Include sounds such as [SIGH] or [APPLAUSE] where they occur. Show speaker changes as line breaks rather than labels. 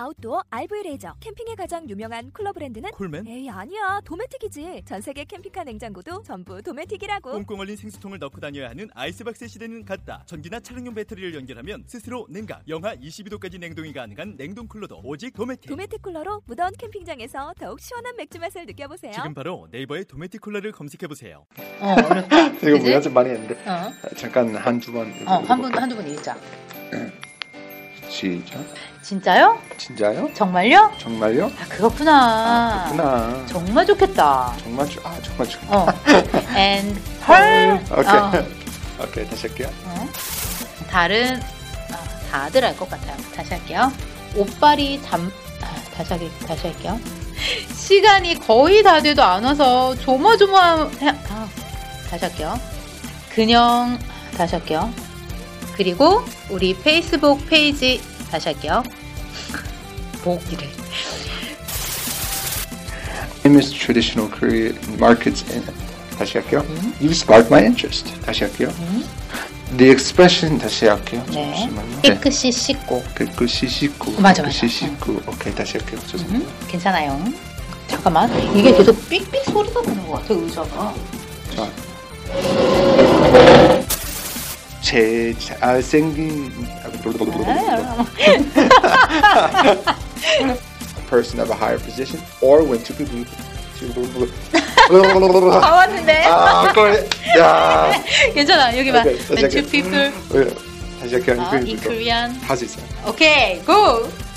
아웃도어 RV 레저 캠핑에 가장 유명한 쿨러 브랜드는
콜맨?
에이 아니야 도메틱이지 전 세계 캠핑카 냉장고도 전부 도메틱이라고
꽁꽁 얼린 생수통을 넣고 다녀야 하는 아이스박스 시대는 갔다. 전기나 차량용 배터리를 연결하면 스스로 냉각, 영하 22도까지 냉동이 가능한 냉동 쿨러도 오직 도메틱.
도메틱 쿨러로 무더운 캠핑장에서 더욱 시원한 맥주 맛을 느껴보세요.
지금 바로 네이버에 도메틱 쿨러를 검색해 보세요.
어, 어렵다.
[LAUGHS] 이거
그지?
뭐야 좀 많이 했는데
어,
잠깐 한 두 번
어, 한 분, 한두 분 읽자.
시작
진짜요?
진짜요?
정말요?
정말요?
아, 그렇구나.
아, 그렇구나
정말 좋겠다.
정말 좋.. 아 정말 좋.. [LAUGHS]
어. And her.
오케이
어,
[LAUGHS] 오케이 다시 할게요
어. 다른, 아, 다들 알 것 같아요. 다시 할게요. 옷빨이 잠, 아, 다시 하기, 다시 할게요. [LAUGHS] 시간이 거의 다 돼도 안 와서 조마조마, 해, 아, 다시 할게요. 그냥, 다시 할게요. 그리고 우리 페이스북 페이지, 다시 할게요. [LAUGHS] 보기를.
Famous traditional Korean markets in 다시 할게요
음.
You spark my interest 다시 할게요
음.
The expression 다시 할게요
네.
잠시만요 네.
깨끗이 씻고
그, 그 시식구
맞아,
그
맞아.
시식구 오케이 다시 할게요 죄송합니다
음, 괜찮아요. 잠깐만 이게 계속 삑삑 소리가 나는 것 같아 의자가.
자. 제 잘생긴
네,
person of a higher position or when two people
[LAUGHS]
[LAUGHS]
다 왔는데
아, 그래. 야.
괜찮아 여기만.
오케이, 다시
When two
할게요.
people
왜? 다시 할게요.
are
아니,
in
그러니까.
Korean.
할수 있어요.
오케이 go.